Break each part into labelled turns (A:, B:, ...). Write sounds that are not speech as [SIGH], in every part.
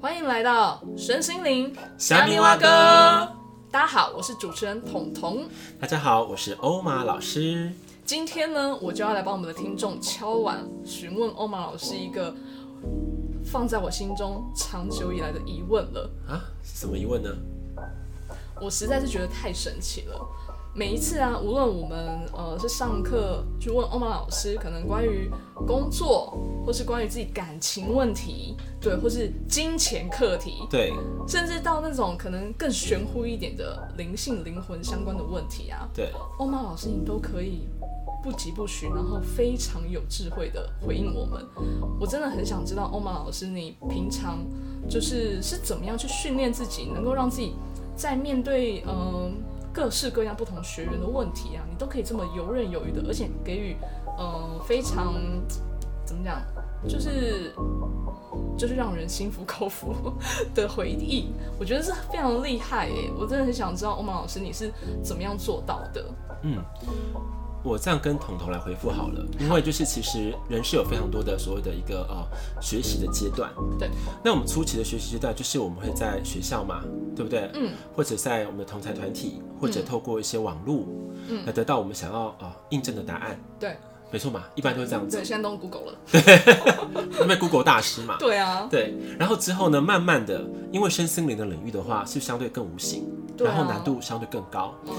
A: 欢迎来到神心灵
B: 虾米蛙哥
A: 大家好，我是主持人彤彤。
B: 大家好，我是欧玛老师。
A: 今天呢，我就要来帮我们的听众敲碗询问欧玛老师一个放在我心中长久以来的疑问了。
B: 啊，是什么疑问呢？
A: 我实在是觉得太神奇了。每一次啊，无论我们呃是上课去问欧玛老师，可能关于工作，或是关于自己感情问题，对，或是金钱课题，
B: 对
A: 甚至到那种可能更玄乎一点的灵性、灵魂相关的问题啊，
B: 对，
A: 欧玛老师你都可以不疾不徐，然后非常有智慧的回应我们。我真的很想知道欧玛老师你平常就是是怎么样去训练自己，能够让自己在面对嗯、呃各式各样不同学员的问题啊，你都可以这么游刃有余的，而且给予嗯、呃非常怎么讲，就是。就是让人心服口服的回忆，我觉得是非常厉害耶！我真的很想知道欧玛老师你是怎么样做到的。
B: 嗯，我这样跟彤彤来回复好了，因为就是其实人是有非常多的所谓的一个呃学习的阶段。
A: 对，
B: 那我们初期的学习阶段就是我们会在学校嘛，对不对？
A: 嗯，
B: 或者在我们的同才团体，或者
A: 嗯
B: 透过一些网络，
A: 嗯
B: 来得到我们想要呃印证的答案。
A: 对
B: 没错嘛，一般都是这样子
A: 对，，现在都用 Google 了。
B: 因为 Google 大师嘛。
A: 对啊，
B: [LAUGHS] 对，然后之后呢，慢慢的，因为身心灵的领域的话是相对更无形，
A: 对啊
B: 然后难度相对更高，
A: [LAUGHS] 嗯，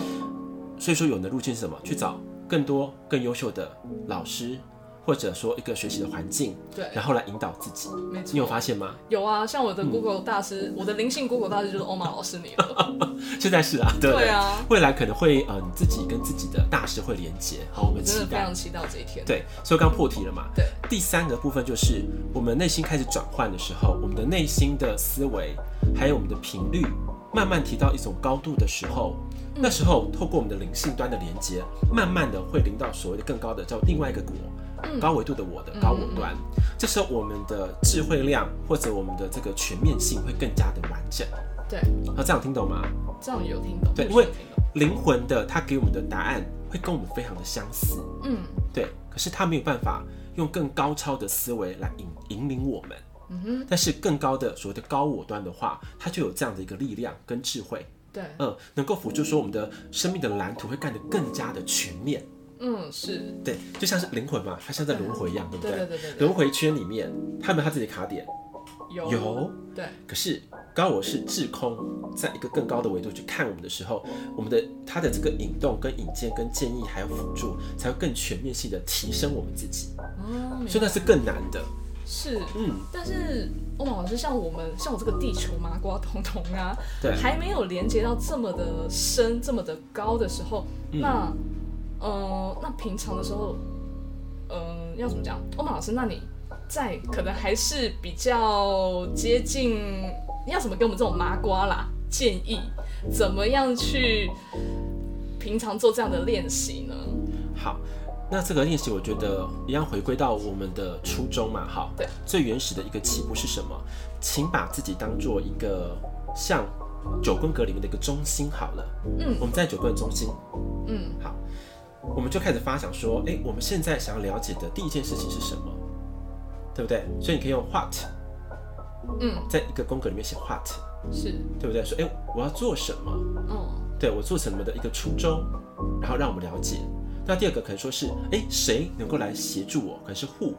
B: 所以说有的路径是什么？去找更多更优秀的老师，或者说一个学习的环境，
A: 对，
B: 然后来引导自己。
A: 没
B: 你有
A: 错。
B: 发现吗？
A: 有啊，像
B: 嗯
A: 我的 Google 大师，我的灵性 Google 大师就是欧玛老师你
B: [LAUGHS]
A: 了。
B: 现在是啊，对不
A: [LAUGHS]
B: 对
A: 对啊，
B: 未来可能会呃，你自己跟自己的大师会连接，好，我
A: 我
B: 们
A: 嗯真
B: 期
A: 的非
B: 待
A: 常。期待这一天。
B: 对，所以刚破题了嘛。
A: 对，
B: 第三个部分就是我们内心开始转换的时候，我们的内心的思维还有我们的频率，慢慢提到一种高度的时候，
A: 嗯
B: 那时候透过我们的灵性端的连接，慢慢的会临到所谓的更高的叫另外一个我。
A: 嗯
B: 高维度的我的高我端，这时候我们的智慧量或者我们的这个全面性会更加的完整。
A: 对，
B: 好，这样听懂吗？
A: 这样有听懂。
B: 对
A: 我
B: 因为
A: 有听懂
B: 灵魂的它给我们的答案会跟我们非常的相似，
A: 嗯
B: 对，可是他没有办法用更高超的思维来引引领我们。
A: 嗯哼，
B: 但是更高的所谓的高我端的话，它就有这样的一个力量跟智慧，
A: 对，
B: 嗯，能够辅助说我们的生命的蓝图会干得更加的全面。
A: 嗯是，
B: 对，就像是灵魂嘛，它像在轮回一样，对不
A: 对对
B: 对？
A: 对对对，
B: 轮回圈里面，它有没有它自己的卡点？
A: 有
B: 有。
A: 对
B: 可是高我是智空，在一个更高的维度去看我们的时候，我们的它的这个引动、跟引荐、跟建议还有辅助，才会更全面性的提升我们自己，
A: 哦，明
B: 所以
A: 白
B: 那是更难的。
A: 是。
B: 嗯，
A: 但是欧玛老师，像我们像我这个地球麻瓜彤彤啊，
B: 对。
A: 还没有连接到这么的深、这么的高的时候，那，呃，那平常的时候，嗯，要怎么讲？欧玛老师，那你在可能还是比较接近，你要怎么给我们这种麻瓜啦建议？怎么样去平常做这样的练习呢？
B: 好，那这个练习我觉得一样回归到我们的初衷嘛，哈，
A: 对，
B: 最原始的一个起步是什么？请把自己当做一个像九宫格里面的一个中心好了，
A: 嗯
B: 我们在九宫的中心，
A: 嗯，
B: 好，我们就开始发想说，哎、我们现在想要了解的第一件事情是什么，对不对？所以你可以用 what，
A: 嗯，
B: 在一个宫格里面写 what，
A: 是，
B: 对不对？说，哎、我要做什么？
A: 嗯，
B: 对我做什么的一个初衷，然后让我们了解。那第二个可能说是，诶，谁能够来协助我？可能是 who，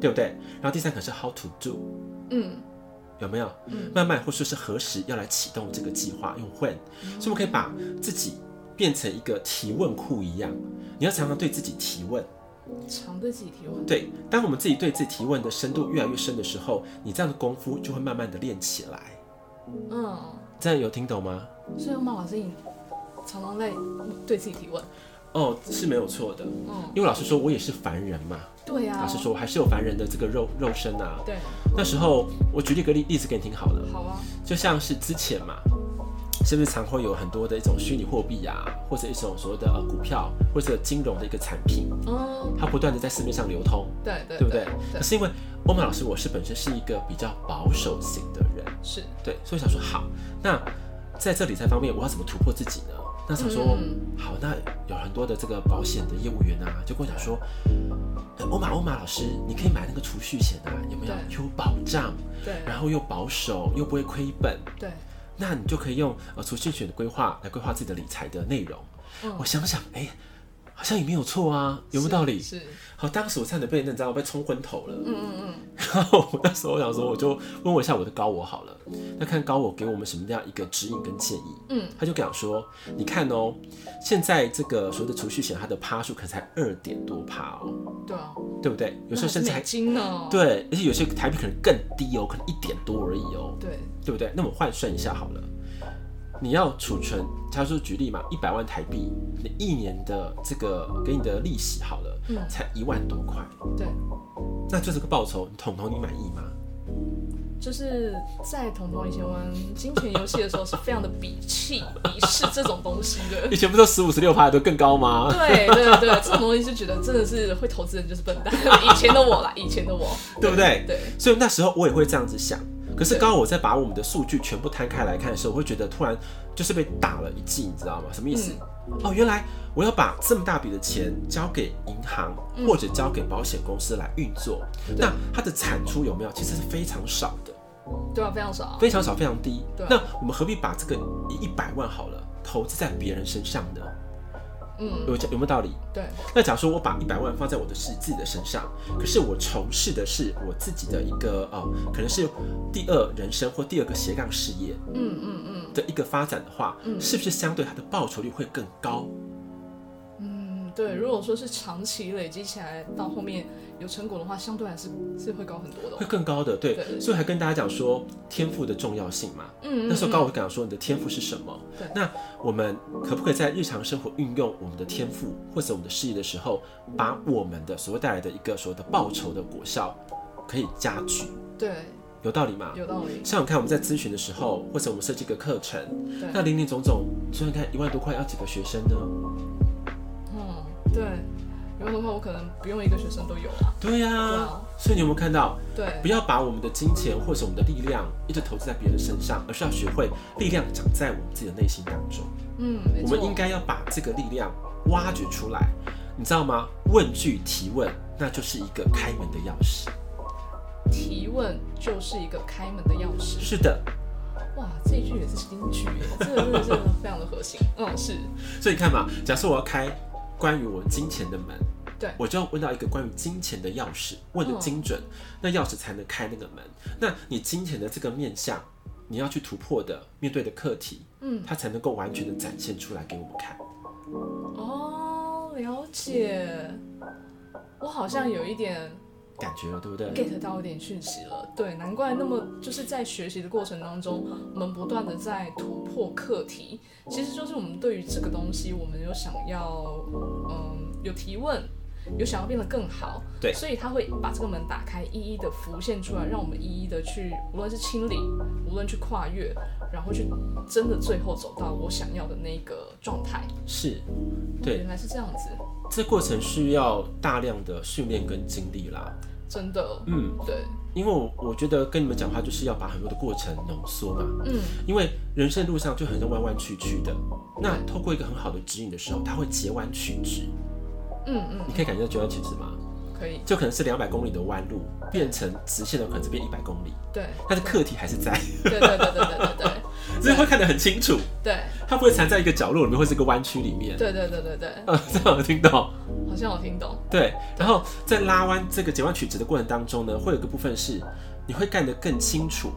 B: 对不对？然后第三个是 how to do，
A: 嗯，
B: 有没有？
A: 嗯
B: 慢慢或说是何时要来启动这个计划，用 when，所以我们可以把自己变成一个提问库一样，你要常常对自己提问。
A: 常对自己提问，
B: 对，当我们自己对自己提问的深度越来越深的时候，你这样的功夫就会慢慢的练起来。
A: 嗯。
B: 这样有听懂吗？
A: 所以欧玛老师，你常常在对自己提问，
B: 哦，是没有错的，
A: 嗯，
B: 因为老师说我也是凡人嘛。
A: 对啊，
B: 老实，说，我还是有凡人的这个肉肉身啊。
A: 对，
B: 那时候我举例个例例子给你听好了，
A: 好啊，
B: 就像是之前嘛，是不是常会有很多的一种虚拟货币啊，或者一种所谓的呃股票或者金融的一个产品，
A: 嗯，
B: 它不断的在市面上流通，
A: 对对
B: 对不对？可
A: 对，
B: 是因为欧曼老师我是本身是一个比较保守型的人，
A: 是，
B: 对，所以我想说好，那在这理财方面我要怎么突破自己呢？那想说
A: 嗯，
B: 好，那有很多的这个保险的业务员啊，就跟我讲说，呃欧玛欧玛老师，你可以买那个储蓄险啊，有没有？
A: 对
B: 有保障，
A: 对
B: 然后又保守，又不会亏本，
A: 对，
B: 那你就可以用呃储蓄险的规划来规划自己的理财的内容。
A: 嗯
B: 我想想，哎、好像也没有错啊，有没有
A: 是
B: 道理？
A: 是，
B: 好，当时我差点被那你知道我被冲昏头了。
A: 嗯嗯
B: 然后我那时候想说，我就问我一下我的高我好了，那看高我给我们什么样一个指引跟建议。
A: 嗯
B: 他就讲说，你看哦，现在这个所谓的储蓄险，它的趴数可能才二点多趴哦，
A: 嗯，对啊，
B: 对不对？有时候甚至
A: 那还是美
B: 还
A: 金呢，
B: 对，而且有些台币可能更低哦，可能一点多而已哦，
A: 对
B: 对不对？那我们换算一下好了，你要储存，他说举例嘛，一百万台币，你一年的这个给你的利息好了，
A: 嗯
B: 才一万多块，
A: 对，
B: 那就这个报酬，彤彤你满意吗？
A: 就是在彤彤以前玩金钱游戏的时候，是非常的鄙弃、鄙视这种东西
B: [LAUGHS]
A: 的。
B: 以前不都十五十六趴都更高吗？
A: 对对对，这种东西就觉得真的是会投资人就是笨蛋。以前的我啦，以前的我，
B: 对不对？
A: 对
B: 所以那时候我也会这样子想。可是
A: 对
B: 刚刚我在把我们的数据全部摊开来看的时候，我会觉得突然就是被打了一记，你知道吗？什么意思？
A: 嗯
B: 哦，原来我要把这么大笔的钱交给银行
A: 嗯
B: 或者交给保险公司来运作，那它的产出有没有？其实是非常少的，
A: 对啊，非常少。
B: 非常少，非常低
A: 对。
B: 那我们何必把这个一百万好了投资在别人身上呢？
A: 嗯，
B: 有有没有道理？
A: 对
B: 那假如说我把一百万放在我的是自己的身上，可是我从事的是我自己的一个呃，可能是第二人生或第二个斜杠事业
A: 嗯嗯嗯
B: 的一个发展的话，
A: 嗯
B: 是不是相对它的报酬率会更高？
A: 嗯，对。如果说是长期累积起来，到后面有成果的话，相对还是是会高很多的
B: 会
A: 哦。
B: 更高的，对。
A: 对
B: 所以还跟大家讲说天赋的重要性嘛。
A: 嗯，嗯
B: 那时候
A: 嗯
B: 高我讲说你的天赋是什么
A: 对？
B: 那我们可不可以在日常生活运用我们的天赋或者我们的事业的时候，把我们的所谓带来的一个所谓的报酬的果效可以加剧？
A: 对，
B: 有道理吗？
A: 有道理。
B: 像你看我们在咨询的时候，或者我们设计一个课程，
A: 对，
B: 那零零总总，所以你看一万多块要几个学生呢？
A: 嗯，对。有的话，我可能不用一个学生都有啊。
B: 对呀、
A: 对啊
B: 所以你有没有看到，
A: 对
B: 不要把我们的金钱或者我们的力量一直投资在别人身上，而是要学会力量长在我们自己的内心当中。
A: 嗯，没
B: 我
A: 错
B: 们应该要把这个力量挖掘出来，你知道吗？问句提问，那就是一个开门的钥匙。
A: 提问就是一个开门的钥匙。
B: 是的，
A: 哇，这一句也是金句耶，
B: [LAUGHS]
A: 这个真的是非常的核心。嗯，是
B: 所以你看嘛，假设我要开关于我金钱的门，
A: 对
B: 我就要问到一个关于金钱的钥匙，问的精准，
A: 嗯
B: 那钥匙才能开那个门。那你金钱的这个面向，你要去突破的面对的课题，
A: 嗯，
B: 它才能够完全的展现出来给我们看。
A: 哦，了解。我好像有一点
B: 感觉了，对不对？
A: get 到一点讯息了，对，难怪那么就是在学习的过程当中，我们不断的在突破课题，其实就是我们对于这个东西，我们有想要，嗯，有提问，有想要变得更好，
B: 对
A: 所以他会把这个门打开，一一的浮现出来，让我们一一的去，无论是清理，无论去跨越，然后去真的最后走到我想要的那个状态，
B: 是，
A: 哦
B: 对
A: 原来是这样子，
B: 这过程需要大量的训练跟经历啦。
A: 真的，
B: 嗯，
A: 对，
B: 因为我我觉得跟你们讲话就是要把很多的过程浓缩嘛。
A: 嗯，
B: 因为人生路上就很多弯弯曲曲的，那透过一个很好的指引的时候，它会截弯曲直。
A: 嗯嗯，
B: 你可以感觉到截弯曲直吗？
A: 可以，
B: 就可能是两百公里的弯路变成直线的，可能是变一百公里，
A: 对，
B: 但是课题还是在，
A: 对对对对对对对。
B: 所以会看得很清楚，
A: 对
B: 它不会藏在一个角落里面，或是一个弯曲里面。 [LAUGHS]
A: 对对对对对，
B: 呃，这样有听懂？
A: 好像我听懂。
B: 对。然后在拉弯这个截弯曲直的过程当中呢，会有一个部分是你会干得更清楚，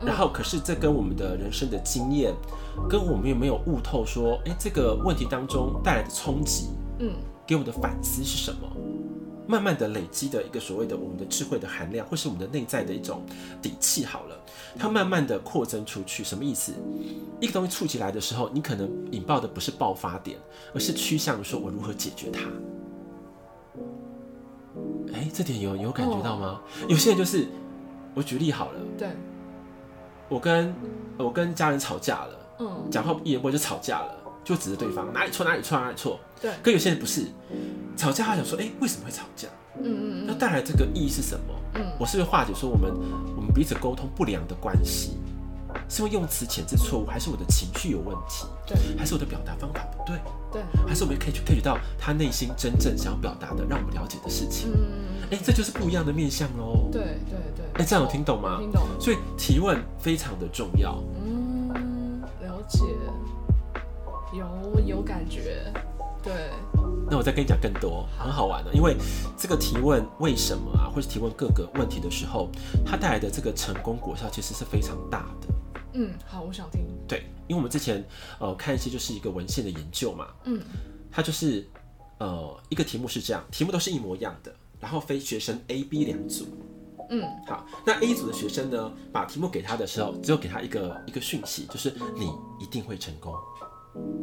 A: 嗯
B: 然后可是这跟我们的人生的经验，跟我们有没有悟透说，哎，这个问题当中带来的冲击，
A: 嗯，
B: 给我们的反思是什么？慢慢的累积的一个所谓的我们的智慧的含量，或是我们的内在的一种底气，好了，它慢慢的扩增出去，什么意思？一个东西触及来的时候，你可能引爆的不是爆发点，而是趋向于说我如何解决它。哎，这点有有感觉到吗？有些人就是，我举例好了，
A: 对，
B: 我跟我跟家人吵架了，
A: 嗯，
B: 讲话一言不合就吵架了，就指着对方哪里错哪里错哪里错。
A: 对，
B: 可有些人不是，吵架他想说，哎、为什么会吵架？
A: 嗯嗯
B: 那
A: 嗯
B: 带来这个意义是什么？
A: 嗯，
B: 我是不是化解说我们我们彼此沟通不良的关系？是因为用词遣字错误，还是我的情绪有问题，
A: 对
B: 还是我的表达方法不对，
A: 对，
B: 还是我们可以去 catch 到他内心真正想要表达的，让我们了解的事情？
A: 嗯，
B: 哎、这就是不一样的面向喽。
A: 对对对。
B: 哎、这样有听懂吗？
A: 听懂？
B: 所以提问非常的重要。
A: 嗯，了解，有有感觉，对，
B: 那我再跟你讲更多，很好玩的、因为这个提问为什么啊，或是提问各个问题的时候，它带来的这个成功果效其实是非常大的。
A: 嗯，好，我想听，
B: 对，因为我们之前呃看一些就是一个文献的研究嘛，
A: 嗯
B: 它就是呃一个题目是这样，题目都是一模一样的，然后非学生 A、B 两组。
A: 嗯
B: 好，那 A 组的学生呢，把题目给他的时候，只有给他一个一个讯息，就是你一定会成功，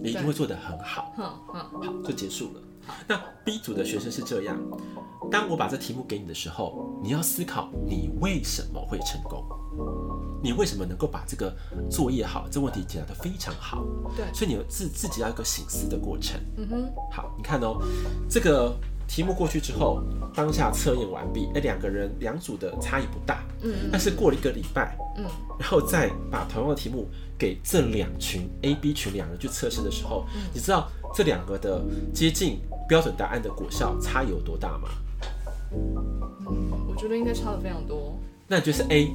B: 你一定会做得很好，
A: 哼哼，
B: 好就结束了。那 B 组的学生是这样，当我把这题目给你的时候，你要思考你为什么会成功，你为什么能够把这个作业好，这问题解答得非常好，
A: 对，
B: 所以你有自自己要有一个醒思的过程。
A: 嗯哼，
B: 好，你看哦，这个题目过去之后，当下测验完毕，哎，两个人两组的差异不大，
A: 嗯
B: 但是过了一个礼拜，
A: 嗯
B: 然后再把同样的题目给这两群 A、B 群两人去测试的时候，
A: 嗯
B: 你知道这两个的接近标准答案的果效差异有多大吗？
A: 嗯，我觉得应该差的非常多，
B: 那你觉得是 A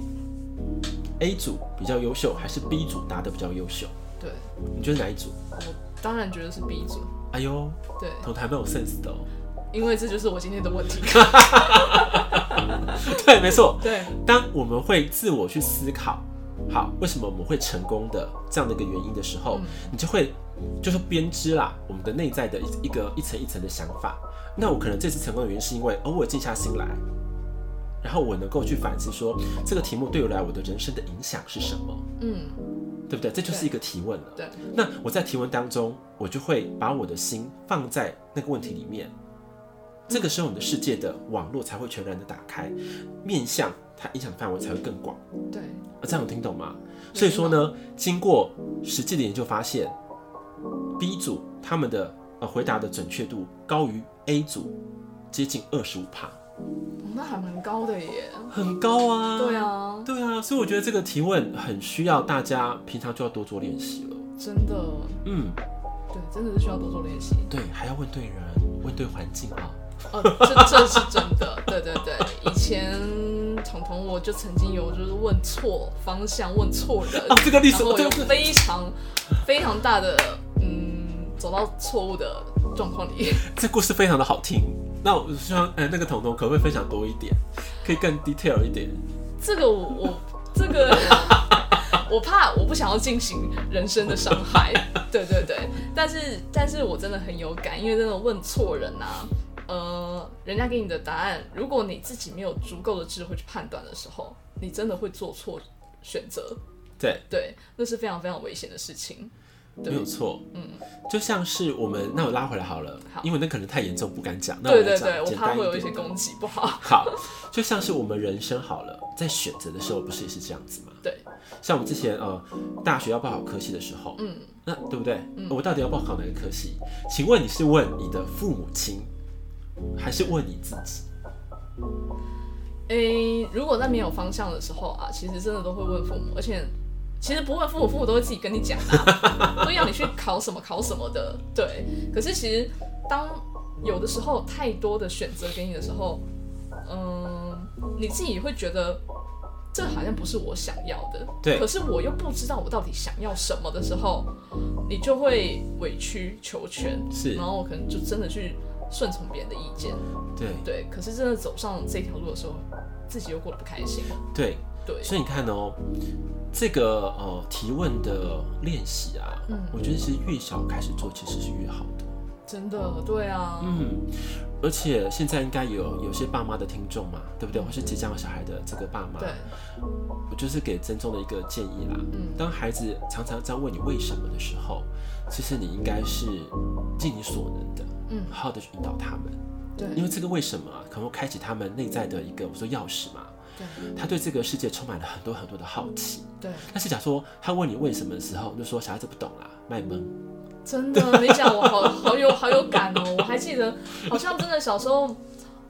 B: A 组比较优秀，还是 B 组答的比较优秀？
A: 对，
B: 你觉得哪一组？
A: 我当然觉得是 B 组，
B: 哎呦，
A: 对，
B: 同台蛮有 sense 的哦。 [LAUGHS]
A: 因为这就是我今天的问题，
B: 对，没错，
A: 对，
B: 当我们会自我去思考，好，为什么我们会成功的这样的一个原因的时候，
A: 嗯
B: 你就会就是编织啦我们的内在的一一个一层一层的想法。那我可能这次成功的原因是因为，哦，我静下心来，然后我能够去反思说，这个题目对我来我的人生的影响是什么，
A: 嗯，
B: 对不对？这就是
A: 对
B: 一个提问了。
A: 对，
B: 那我在提问当中，我就会把我的心放在那个问题里面。这个时候，你的世界的网络才会全然的打开，面向它影响的范围才会更广。
A: 对，
B: 啊，这样有听懂吗？
A: 嗯
B: 所以说呢，经过实际的研究发现，B 组他们的呃回答的准确度高于 A 组，接近二十五帕，
A: 哦那还蛮高的耶，
B: 很高啊。
A: 对，啊，
B: 对啊，所以我觉得这个提问很需要大家平常就要多做练习了。
A: 真的，
B: 嗯，
A: 对，真的是需要多做练习，
B: 对，还要问对人，问对环境啊。
A: 哦，这这是真的，对对对，以前彤彤我就曾经有就是问错方向，问错人，
B: 啊，这个历
A: 然
B: 史
A: 后
B: 这
A: 有
B: 个是
A: 非常非常大的嗯走到错误的状况里。
B: 这故事非常的好听。那我希望，呃，那个彤彤可不可以分享多一点，可以更 detail 一点？
A: 这个我我这个我怕我不想要进行人生的伤害，对对对，但是但是我真的很有感，因为真的问错人啊，呃，人家给你的答案，如果你自己没有足够的智慧去判断的时候，你真的会做错选择，
B: 对，
A: 对，那是非常非常危险的事情，对
B: 没有错。嗯，就像是我们，那我拉回来好了，
A: 好
B: 因为那可能太严重，不敢讲。那
A: 对
B: 我
A: 对
B: 们
A: 对，
B: 讲
A: 我
B: 简
A: 怕
B: 单
A: 会有一
B: 点
A: 些
B: 的。哦
A: 攻击，不好，
B: 好，就像是我们人生好了，在选择的时候，不是也是这样子吗？
A: 对，
B: 像我们之前呃，大学要报考科系的时候，
A: 嗯，
B: 那对不对？我到底要报考哪个科系？请问你是问你的父母亲，还是问你自己？
A: 诶、如果在没有方向的时候啊，其实真的都会问父母，而且其实不问父母，父母都会自己跟你讲
B: [LAUGHS]
A: 啊，都要你去考什么考什么的。对，可是其实当有的时候太多的选择给你的时候，嗯，你自己会觉得这好像不是我想要的，
B: 对
A: 可是我又不知道我到底想要什么的时候，你就会委曲求全，
B: 是
A: 然后可能就真的去顺从别人的意见。
B: 对
A: 对，可是真的走上这条路的时候，自己又过得不开心。
B: 对，
A: 对，
B: 所以你看哦，这个呃提问的练习啊，
A: 嗯
B: 我觉得是越小开始做，其实是越好的。
A: 真的，对啊，
B: 嗯，而且现在应该有有些爸妈的听众嘛，对不对？或是即将有小孩的这个爸妈，
A: 嗯对，
B: 我就是给曾宗的一个建议啦。
A: 嗯
B: 当孩子常常在问你为什么的时候，其实你应该是尽你所能的，
A: 嗯
B: 好好的去引导他们，
A: 对，
B: 因为这个为什么啊，可能会开启他们内在的一个我说钥匙嘛，
A: 对，
B: 他对这个世界充满了很多很多的好奇。
A: 对，
B: 但是假如说他问你为什么的时候，你就说小孩子不懂啦，卖萌。
A: 真的，你讲我好好有 [LAUGHS] 好有感哦。我还记得，好像真的小时候，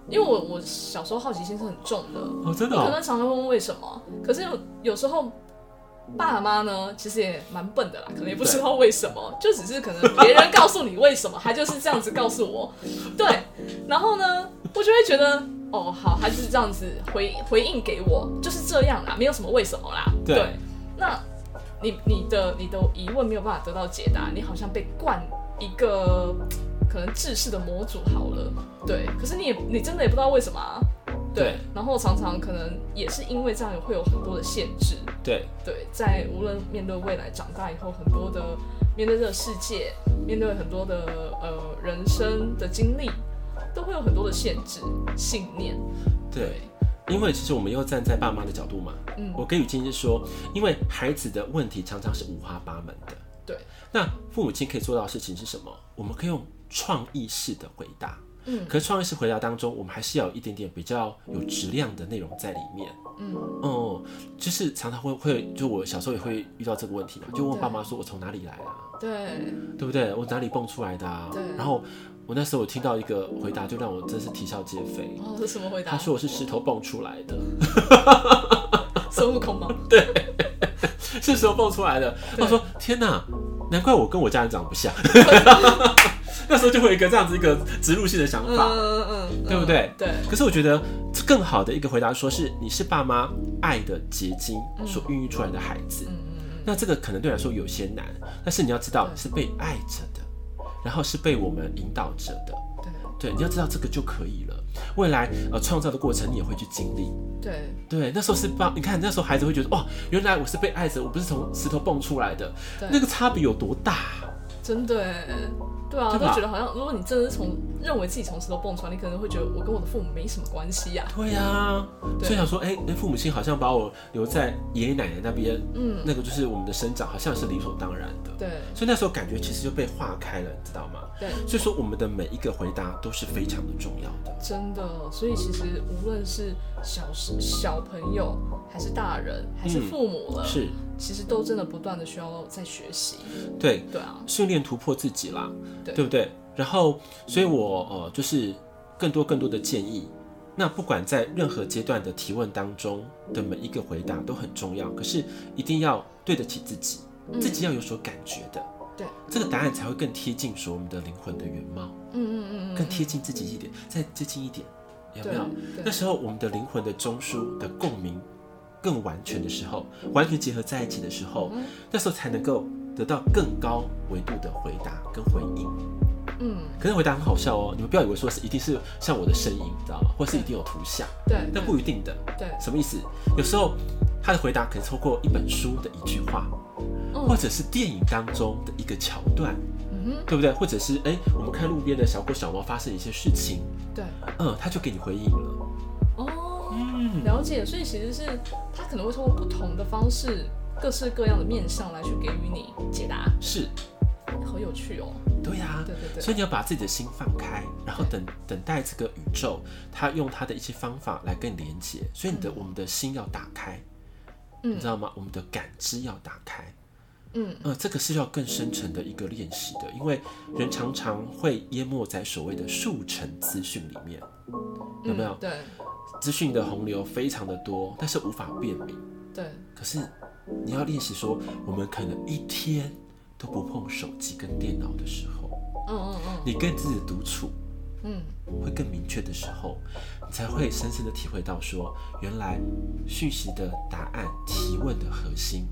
A: 因为我我小时候好奇心是很重的，
B: 哦，真
A: 我可能常常会问为什么，可是有有时候爸妈呢，其实也蛮笨
B: 嗯
A: 的啦，可能也不知道为什么，就只是可能别人告诉你为什么，他就是这样子告诉
B: [LAUGHS]
A: 我，对，然后呢，我就会觉得，哦，好，他就是这样子回回应给我，就是这样啦，没有什么为什么啦，
B: 对
A: 那你你的你的疑问没有办法得到解答，你好像被灌一个可能制式的模组好了，对，可是你也你真的也不知道为什么啊，
B: 对
A: 对，然后常常可能也是因为这样，会有很多的限制，
B: 对
A: 对，在无论面对未来长大以后，很多的面对这个世界，面对很多的呃人生的经历，都会有很多的限制、信念。
B: 对，因为其实我们又站在爸妈的角度嘛，
A: 嗯
B: 我给予建议是说，因为孩子的问题常常是五花八门的，
A: 对，
B: 那父母亲可以做到的事情是什么？我们可以用创意式的回答，
A: 嗯
B: 可是创意式回答当中，我们还是要有一点点比较有质量的内容在里面。
A: 嗯，
B: 哦、就是常常会会，就我小时候也会遇到这个问题嘛，就问爸妈说我从哪里来啊，
A: 对，
B: 对不对？我哪里蹦出来的啊
A: 对？
B: 然后我那时候我听到一个回答，就让我真是啼笑皆非。
A: 哦，是什么回
B: [LAUGHS]
A: 答？
B: 他说我是石头蹦出来的， [LAUGHS]
A: 孙悟空吗？
B: 是石头蹦出来的。
A: 对
B: 他说天哪，难怪我跟我家人长
A: [LAUGHS]
B: 不像。那时候就会有一个这样子一个植入性的想
A: 嗯
B: 法。
A: 嗯嗯嗯，
B: 对不对
A: [LAUGHS] 对，
B: 可是我觉得更好的一个回答，说是你是爸妈爱的结晶所孕育出来的孩子，
A: 嗯嗯
B: 那这个可能对你来说有些难，但是你要知道是被爱着的，然后是被我们引导着的，
A: 嗯，
B: 对，你要知道这个就可以了。未来呃创造的过程你也会去经历，
A: 对对
B: 对，那时候是帮你看那时候孩子会觉得哇，原来我是被爱着，我不是从石头蹦出来的，
A: 对，
B: 那个差别有多大啊？
A: 真的耶。对啊，
B: 对
A: 都
B: 吧
A: 觉得好像，如果你真的是从认为自己从石头蹦出来，你可能会觉得我跟我的父母没什么关系呀、啊
B: 对呀、
A: 对
B: 所以想说，哎、那父母亲好像把我留在爷爷奶奶那边，
A: 嗯，
B: 那个就是我们的生长，好像是理所当然的。
A: 对
B: 所以那时候感觉其实就被化开了，你知道吗？
A: 对，
B: 所以说我们的每一个回答都是非常的重要的。
A: 真的，所以其实无论是小时小朋友，还是大人，还是父母了，
B: 嗯是，
A: 其实都真的不断的需要在学习。
B: 对，
A: 对啊，
B: 训练突破自己啦，
A: 对
B: 不对？然后，所以我呃，就是更多更多的建议。那不管在任何阶段的提问当中的每一个回答都很重要，可是一定要对得起自己，
A: 嗯
B: 自己要有所感觉的，
A: 对，
B: 这个答案才会更贴近说我们的灵魂的原貌，
A: 嗯嗯嗯嗯，
B: 更贴近自己一点，再接近一点，有
A: 对啊
B: 没有？那
A: 对
B: 时候我们的灵魂的中枢的共鸣更完全的时候，完全结合在一起的时候，
A: 嗯
B: 那时候才能够得到更高维度的回答跟回应。
A: 嗯，
B: 可是回答很好笑哦，你们不要以为说是一定是像我的声音，你知道吗？或是一定有图像，
A: 对，
B: 那不一定的。
A: 对，
B: 什么意思？有时候他的回答可能透过一本书的一句话，
A: 嗯
B: 或者是电影当中的一个桥段，
A: 嗯哼，
B: 对不对？或者是哎、我们看路边的小狗小猫发生一些事情，
A: 对，
B: 嗯，他就给你回应了。
A: 哦，
B: 嗯，
A: 了解。所以其实是他可能会通过不同的方式，各式各样的面向来去给予你解答，
B: 是，
A: 好有趣哦。
B: 对呀、
A: 对对对，
B: 所以你要把自己的心放开，然后等等待这个宇宙，它用它的一些方法来跟你连接。所以你的我们的心要打开，你
A: 嗯
B: 知道吗？我们的感知要打开。
A: 嗯，
B: 呃，这个是要更深层的一个练习的，因为人常常会淹没在所谓的速成资讯里面，有没有
A: 嗯对
B: 资讯的洪流非常的多，但是无法辨明。
A: 对，
B: 可是你要练习说，我们可能一天都不碰手机跟电脑的时候，
A: 嗯嗯嗯
B: 你跟自己独处。
A: 嗯，
B: 会更明确的时候，你才会深深的体会到说，原来讯息的答案、提问的核心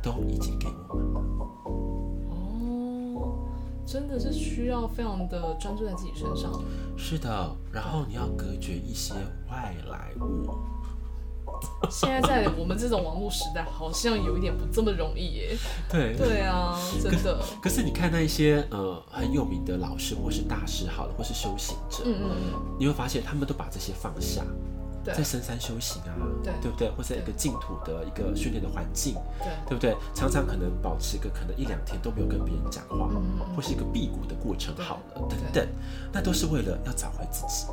B: 都已经给我们了。
A: 哦，真的是需要非常的专注在自己身上。
B: 是的，然后你要隔绝一些外来物。
A: 现在在我们这种网络时代，好像有一点不这么容易耶。
B: 对
A: 对啊，真的，
B: 可是你看那一些呃很有名的老师或是大师好了，或是修行者，
A: 嗯嗯嗯，
B: 你会发现他们都把这些放下，
A: 对
B: 在深山修行啊，
A: 对
B: 对不对？或者一个净土的一个训练的环境，
A: 对，
B: 对不对？常常可能保持个可能一两天都没有跟别人讲话，
A: 嗯嗯
B: 或是一个辟谷的过程好了，等等，那都是为了要找回自己。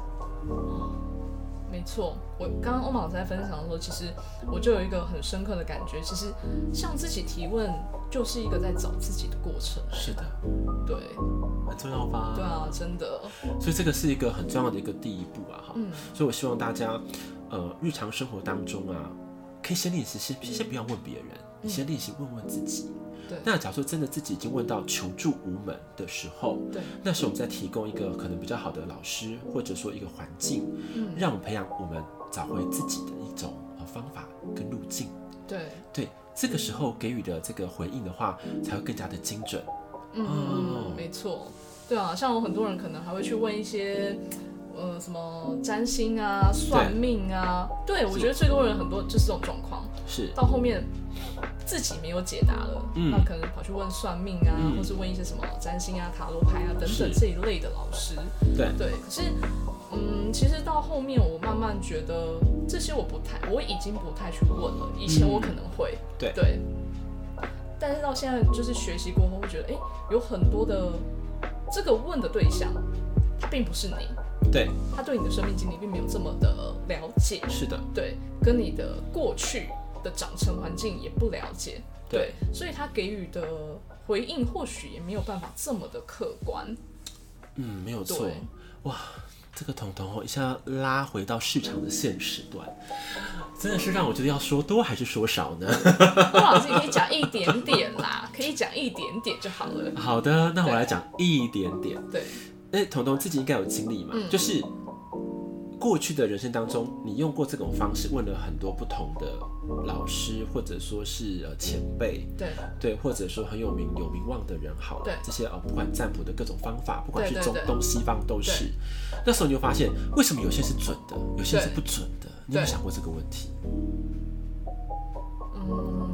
A: 没错。我刚刚欧马老师在分享的时候，其实我就有一个很深刻的感觉，其实向自己提问就是一个在找自己的过程。
B: 是的，
A: 对，
B: 很重要吧？
A: 对啊，真的，
B: 所以这个是一个很重要的一个第一步啊，哈。
A: 嗯
B: 所以我希望大家，呃，日常生活当中啊，可可以先练习，先先不要问别人，你先练习问问自己。
A: 嗯对
B: 那假如说真的自己已经问到求助无门的时候，
A: 对，
B: 那时候我们再提供一个可能比较好的老师，或者说一个环境，
A: 嗯，
B: 让我们培养我们找回自己的一种呃方法跟路径。
A: 对，
B: 对，这个时候给予的这个回应的话，才会更加的精准。
A: 嗯
B: 哦
A: 嗯，没错，对啊，像有很多人可能还会去问一些，呃，什么占星啊、算命啊，对我觉得最多人很多就是这种状况，
B: 是，
A: 到后面自己没有解答了，
B: 嗯
A: 那可能跑去问算命啊，
B: 嗯
A: 或是问一些什么占星啊、塔罗牌啊等等
B: 是
A: 这一类的老师，
B: 对
A: 对，可是。嗯，其实到后面我慢慢觉得这些我不太，我已经不太去问了。以前我可能会，
B: 嗯对
A: 对，但是到现在就是学习过后，会觉得哎、诶有很多的这个问的对象，他并不是你，
B: 对，
A: 他对你的生命经历并没有这么的了解，
B: 是的，
A: 对，跟你的过去的长成环境也不了解，
B: 对，
A: 所以他给予的回应或许也没有办法这么的客观，
B: 嗯，没有错
A: 对。
B: 哇，这个彤彤哦一下拉回到市场的现实端，真的是让我觉得要说多还是说少呢？ [LAUGHS]
A: 郭老师，你可以讲一点点啦， [LAUGHS] 可以讲一点点就好了。
B: 好的，那我
A: 对
B: 来讲一点点。
A: 对，
B: 哎，彤彤自己应该有经历嘛，
A: 嗯
B: 就是过去的人生当中，你用过这种方式问了很多不同的老师，或者说是呃前辈，
A: 对，
B: 对，或者说很有名有名望的人，好了，
A: 对
B: 这些呃，不管占卜的各种方法，不管是
A: 对对
B: 中
A: 对
B: 东西方都是。
A: 对
B: 那时候你就发现，为什么有些是准的，有些是
A: 对
B: 不准的？你有没有
A: 对
B: 想过这个问
A: [LAUGHS]
B: 题？
A: 嗯，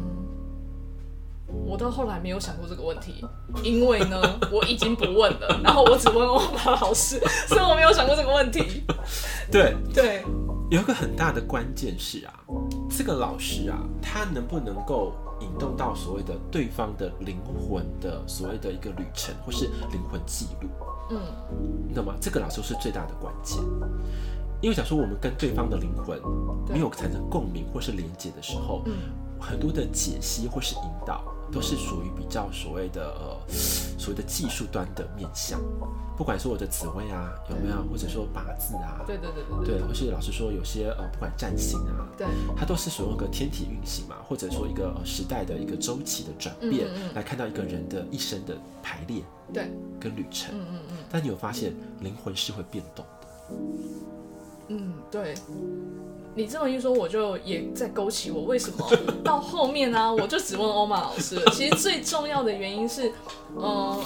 A: 我到后来没有想过这个问题，因为呢，
B: [LAUGHS]
A: 我已经不问了，然后我只问欧巴老师，所以我没有想过这个问题。
B: 对，
A: 对，
B: 有一个很大的关键是啊，这个老师啊，他能不能够引动到所谓的对方的灵魂的所谓的一个旅程，或是灵魂记录？
A: 嗯，
B: 那么这个老师是最大的关键，因为假如说我们跟对方的灵魂
A: 对
B: 没有产生共鸣或是连接的时候，
A: 嗯
B: 很多的解析或是引导都是属于比较所谓的呃所谓的技术端的面向，不管说我的紫薇啊有没有，或者说八字啊，
A: 对对对对
B: 对，或是老师说有些呃不管占星啊，
A: 对
B: 它都是使用一个天体运行嘛，或者说一个呃时代的一个周期的转变，
A: 嗯嗯嗯
B: 来看到一个人的一生的排列
A: 对，
B: 跟旅程。
A: 嗯嗯嗯
B: 但你有发现灵魂是会变动的，
A: 嗯，对。你这么一说，我就也在勾起我为什么 [LAUGHS] 到后面呢、我就只问欧玛老师了。其实最重要的原因是，呃，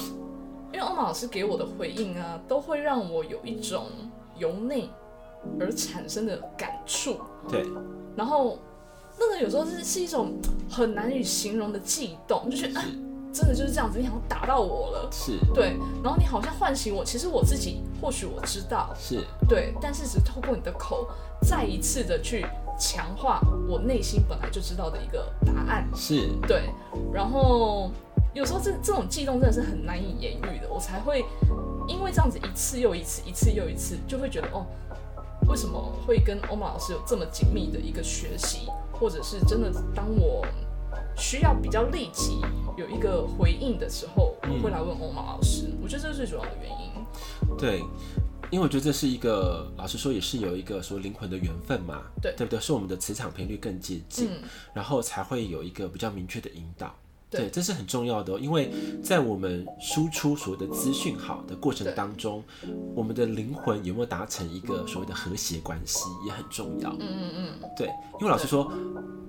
A: 因为欧玛老师给我的回应啊，都会让我有一种由内而产生的感触。
B: 对，
A: 然后那个有时候是是一种很难以形容的悸动，就觉得、啊、真的就是这样子，你好像打到我了，
B: 是
A: 对，然后你好像唤醒我，其实我自己或许我知道，
B: 是
A: 对，但是只透过你的口再一次的去强化我内心本来就知道的一个答案，
B: 是，
A: 对，然后有时候这这种悸动真的是很难以言喻的，我才会因为这样子一次又一次，一次又一次，就会觉得哦，为什么会跟欧玛老师有这么紧密的一个学习，或者是真的当我需要比较立即有一个回应的时候，
B: 嗯
A: 我会来问欧玛老师，我觉得这是最主要的原因。
B: 对，因为我觉得这是一个老实说也是有一个说灵魂的缘分嘛，
A: 对
B: 对不对？是我们的磁场频率更接近，
A: 嗯，
B: 然后才会有一个比较明确的引导。
A: 对
B: 对，这是很重要的哦、因为在我们输出所谓的资讯好的过程
A: 对
B: 当中，我们的灵魂有没有达成一个所谓的和谐关系也很重要。
A: 嗯嗯嗯，
B: 对，因为老实说，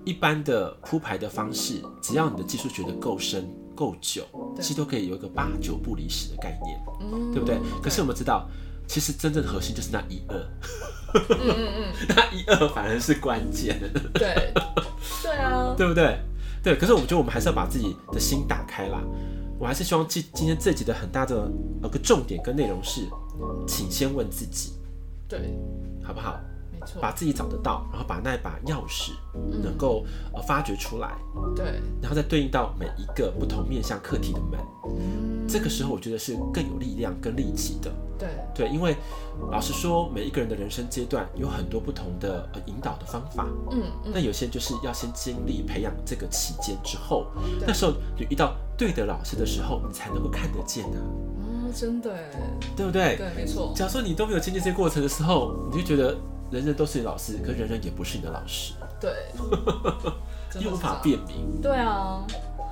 B: 一般的铺排的方式，只要你的技术学得够深够久，
A: 对
B: 其实都可以有一个八九不离十的概念，
A: 嗯
B: 对不对？可是我们知道，其实真正的核心就是那一二，
A: 嗯嗯嗯，
B: [LAUGHS] 那一二反而是关键。 [LAUGHS]
A: 对，对啊，
B: 对不对？对，可是我觉得我们还是要把自己的心打开啦。我还是希望今今天这集的很大的有个重点跟内容是，请先问自己，
A: 对，
B: 好不好？
A: 没错，
B: 把自己找得到，然后把那把钥匙能够呃发掘出来，
A: 对，
B: 然后再对应到每一个不同面向课题的门。
A: 嗯
B: 这个时候我觉得是更有力量、更立即的。
A: 对，
B: 对，因为老实说，每一个人的人生阶段有很多不同的呃引导的方法。
A: 嗯嗯，
B: 那有些就是要先经历培养这个期间之后，
A: 对
B: 那时候你遇到对的老师的时候，你才能够看得见啊，
A: 哦，真的耶，
B: 对不对？
A: 对，没错，
B: 假如说你都没有经历这些过程的时候，你就觉得人人都是你老师，可人人也不是你的老师。 [LAUGHS]
A: 对，真的
B: 又无
A: 是这
B: 法
A: 样。
B: 辨明，
A: 对啊，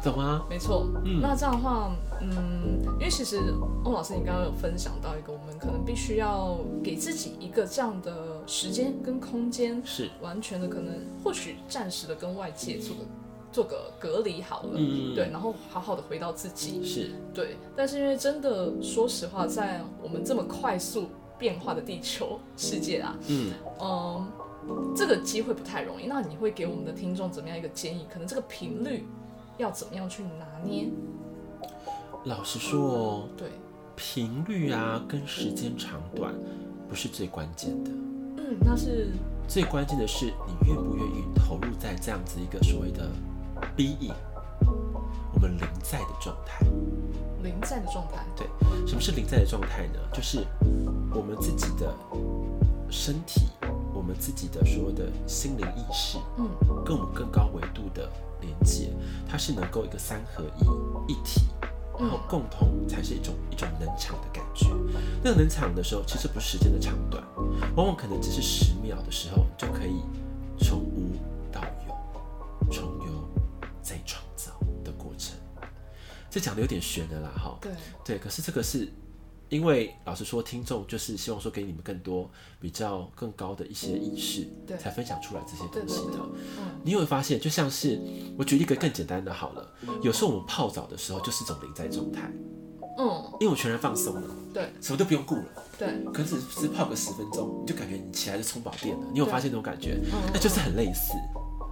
B: 懂吗？
A: 没错。
B: 嗯
A: 那这样的话，嗯，因为其实翁老师你刚刚有分享到一个，我们可能必须要给自己一个这样的时间跟空间，
B: 是，
A: 完全的可能或许暂时的跟外界做个做个隔离好了。
B: 嗯，
A: 对，，然后好好的回到自己，
B: 是，
A: 对。但是因为真的，说实话，在我们这么快速变化的地球世界啊，
B: 嗯，
A: 嗯，这个机会不太容易。那你会给我们的听众怎么样一个建议？可能这个频率要怎么样去拿捏？
B: 老实说哦，
A: 对，
B: 频率啊跟时间长短不是最关键的，
A: 嗯，那是
B: 最关键的是你愿不愿意投入在这样子一个所谓的 being，我们临在的状态。
A: 零在的状态。
B: 对，什么是临在的状态呢？就是我们自己的身体，我们自己的所有的心灵意识，
A: 嗯，
B: 跟我们更高维度的连接，它是能够一个三合一一体，然
A: 嗯
B: 后共同才是一种一种能场的感觉。那个能场的时候，其实不是时间的长短，往往可能只是十秒的时候，就可以从无到有，从有再创造的过程。这讲的有点悬了啦，哈。
A: 对，
B: 对，可是这个是因为老实说，听众就是希望说给你们更多比较更高的一些意识，
A: 对
B: 才分享出来这些东西
A: 对对
B: 的。
A: 嗯，
B: 你有没有发现，就像是我举一个更简单的好了，有时候我们泡澡的时候就是一种临在状态，
A: 嗯，
B: 因为我全然放松了，
A: 对，
B: 什么都不用顾了，
A: 对，
B: 可能只是泡个十分钟，你就感觉你起来就充饱电了。你有
A: 对
B: 发现那种感觉？
A: 嗯，
B: 那就是很类似，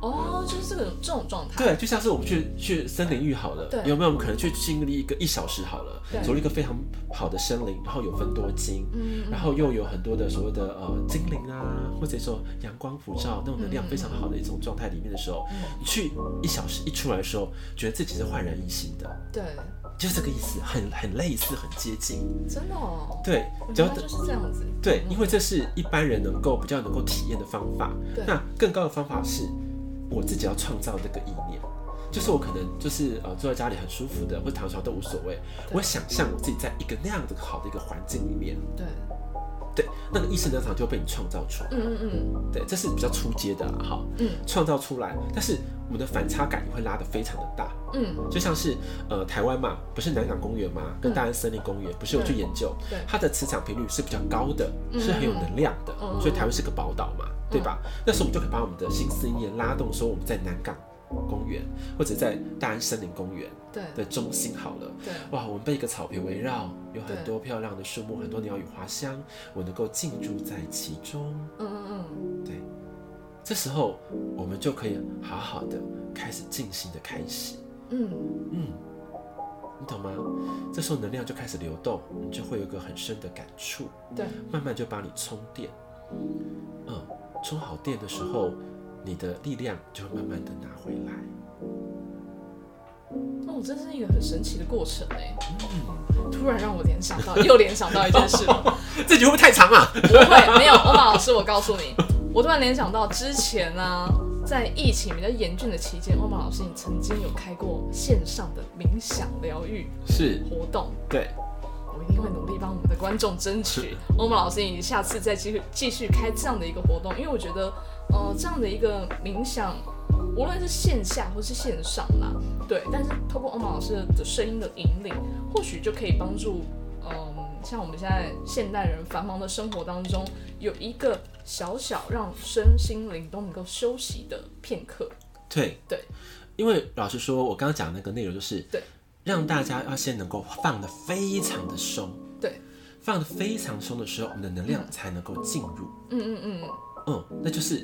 A: 哦，就是这个这种状态。
B: 对，啊就像是我们去去森林浴好了
A: 对，
B: 有没有我们可能去经历一个一小时好了
A: 对，
B: 走入一个非常好的森林，然后有分多精，
A: 嗯，嗯，
B: 然后又有很多的所谓的呃精灵啊，或者说阳光普照那种能量非常好的一种状态里面的时候，
A: 嗯
B: 你去一小时一出来的时候，觉得自己是焕然一新的，
A: 对，
B: 就是这个意思，很很类似，很接近。
A: 真的哦，
B: 对，
A: 我
B: 只
A: 觉
B: 要
A: 得就是嗯这样子。
B: 对，因为这是一般人能够比较能够体验的方法
A: 对。
B: 那更高的方法是，我自己要创造这个意念，就是我可能就是呃坐在家里很舒服的，或者躺床都无所谓，我想象我自己在一个那样的好的一个环境里面，
A: 对，
B: 对，那个意识能场就被你创造出来。
A: 嗯嗯
B: 对，这是比较初阶的啦哈，
A: 嗯
B: 创造出来，但是我们的反差感也会拉得非常的大，
A: 嗯嗯，
B: 就像是呃台湾嘛，不是南港公园嘛，跟大安森林公园，不是有去
A: 对
B: 研究
A: 对，
B: 它的磁场频率是比较高的，
A: 嗯
B: 是很有能量的
A: 嗯嗯，嗯
B: 所以台湾是个宝岛嘛，对吧？那时候我们就可以把我们的心思意念拉动，说我们在南港公园或者在大安森林公园
A: 对
B: 的中心好了。
A: 对
B: 哇，我们被一个草坪围绕，有很
A: 对
B: 多漂亮的树木，很多鸟语花香，我能够静住在其中。
A: 嗯嗯
B: 对，这时候我们就可以好好的开始静心的开始，
A: 嗯嗯，
B: 嗯，你懂吗？这时候能量就开始流动，你就会有一个很深的感触，
A: 对，
B: 慢慢就帮你充电。嗯，充好电的时候，你的力量就会慢慢的拿回来。 [LAUGHS]
A: 哦，真是一个很神奇的过程哎。
B: 嗯，
A: 突然让我联想到，又联想到一件事了。
B: 这局会不会太长啊？
A: 不会，没有，欧玛老师，我告诉你，我突然联想到之前呢、在疫情比较严峻的期间，欧玛老师，你曾经有开过线上的冥想疗愈
B: 是，
A: 活动，
B: 对，
A: 我一定会努力帮我们的观众争取
B: 是。
A: 欧玛老师，你下次再继续继续开这样的一个活动，因为我觉得，呃，这样的一个冥想，无论是线下或是线上啦，对，但是透过欧玛老师的声音的引领，或许就可以帮助，嗯、像我们现在现代人繁忙的生活当中，有一个小小让身心灵都能够休息的片刻。
B: 对，
A: 对，
B: 因为老实说，我刚刚讲的那个内容就是，
A: 对，
B: 让大家要先能够放的非常的松，
A: 对，
B: 放的非常松的时候，我们的能量才能够进入，
A: 嗯嗯嗯，
B: 嗯，那就是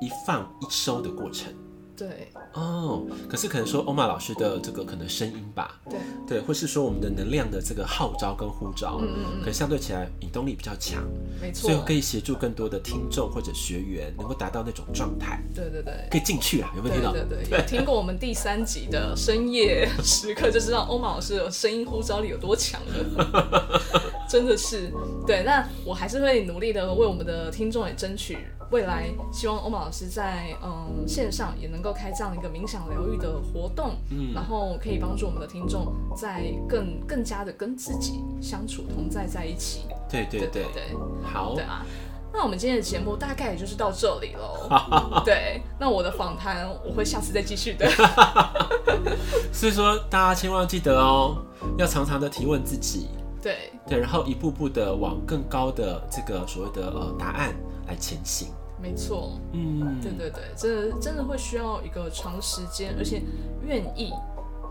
B: 一放一收的过程。
A: 对
B: 哦，可是可能说欧玛老师的这个可能声音吧，
A: 对
B: 对，或是说我们的能量的这个号召跟呼召，
A: 嗯嗯嗯
B: 可能相对起来引动力比较强，
A: 没错
B: 所以，可以协助更多的听众或者学员能够达到那种状态，
A: 对对对。
B: 可以进去啊，有没有
A: 对
B: 听到？
A: 对对，有听过我们第三集的深夜时刻，就知道欧玛老师的声音呼召力有多强了，
B: [LAUGHS]
A: 真的是。对，那我还是会努力的为我们的听众也争取未来，希望欧玛老师在嗯线上也能够开这样一个冥想疗愈的活动，
B: 嗯
A: 然后可以帮助我们的听众在更更加的跟自己相处同在在一起。
B: 对对对
A: 对
B: 好
A: 对，啊。那我们今天的节目大概也就是到这里喽。对，那我的访谈我会下次再继
B: [LAUGHS]
A: 续的。
B: 所以说大家千万记得哦，要常常的提问自己，
A: 对，
B: 对，然后一步步的往更高的这个所谓的呃答案来前行。
A: 没错，
B: 嗯，
A: 对对对，真的真的会需要一个长时间，而且愿意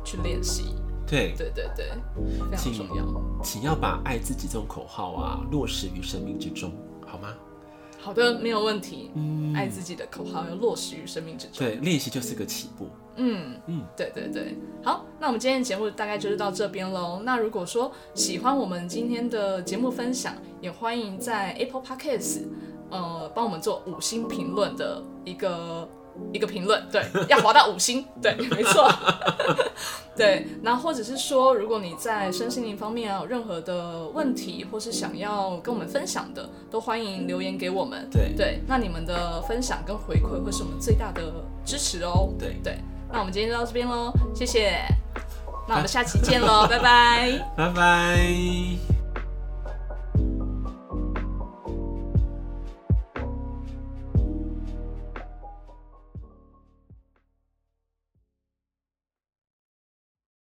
A: 去练习。
B: 对，
A: 对对对，非常
B: 请
A: 重要。
B: 请要把爱自己这种口号啊落实于生命之中，好吗？
A: 好的，没有问题。
B: 嗯，
A: 爱自己的口号要落实于生命之中。
B: 对，练习就是个起步。
A: 嗯
B: 嗯
A: 嗯，对对对，好，那我们今天的节目大概就是到这边喽。那如果说喜欢我们今天的节目分享，也欢迎在 Apple Podcast 呃帮我们做五星评论的一个一个评论，对，要滑到五星，对，没错， [LAUGHS] 对。然后或者是说，如果你在身心灵方面啊有任何的问题，或是想要跟我们分享的，都欢迎留言给我们。
B: 对
A: 对，那你们的分享跟回馈会是我们最大的支持哦。
B: 对
A: 对，那我们今天就到这边喽，谢谢。那我们下期见喽，拜拜。
B: 拜拜。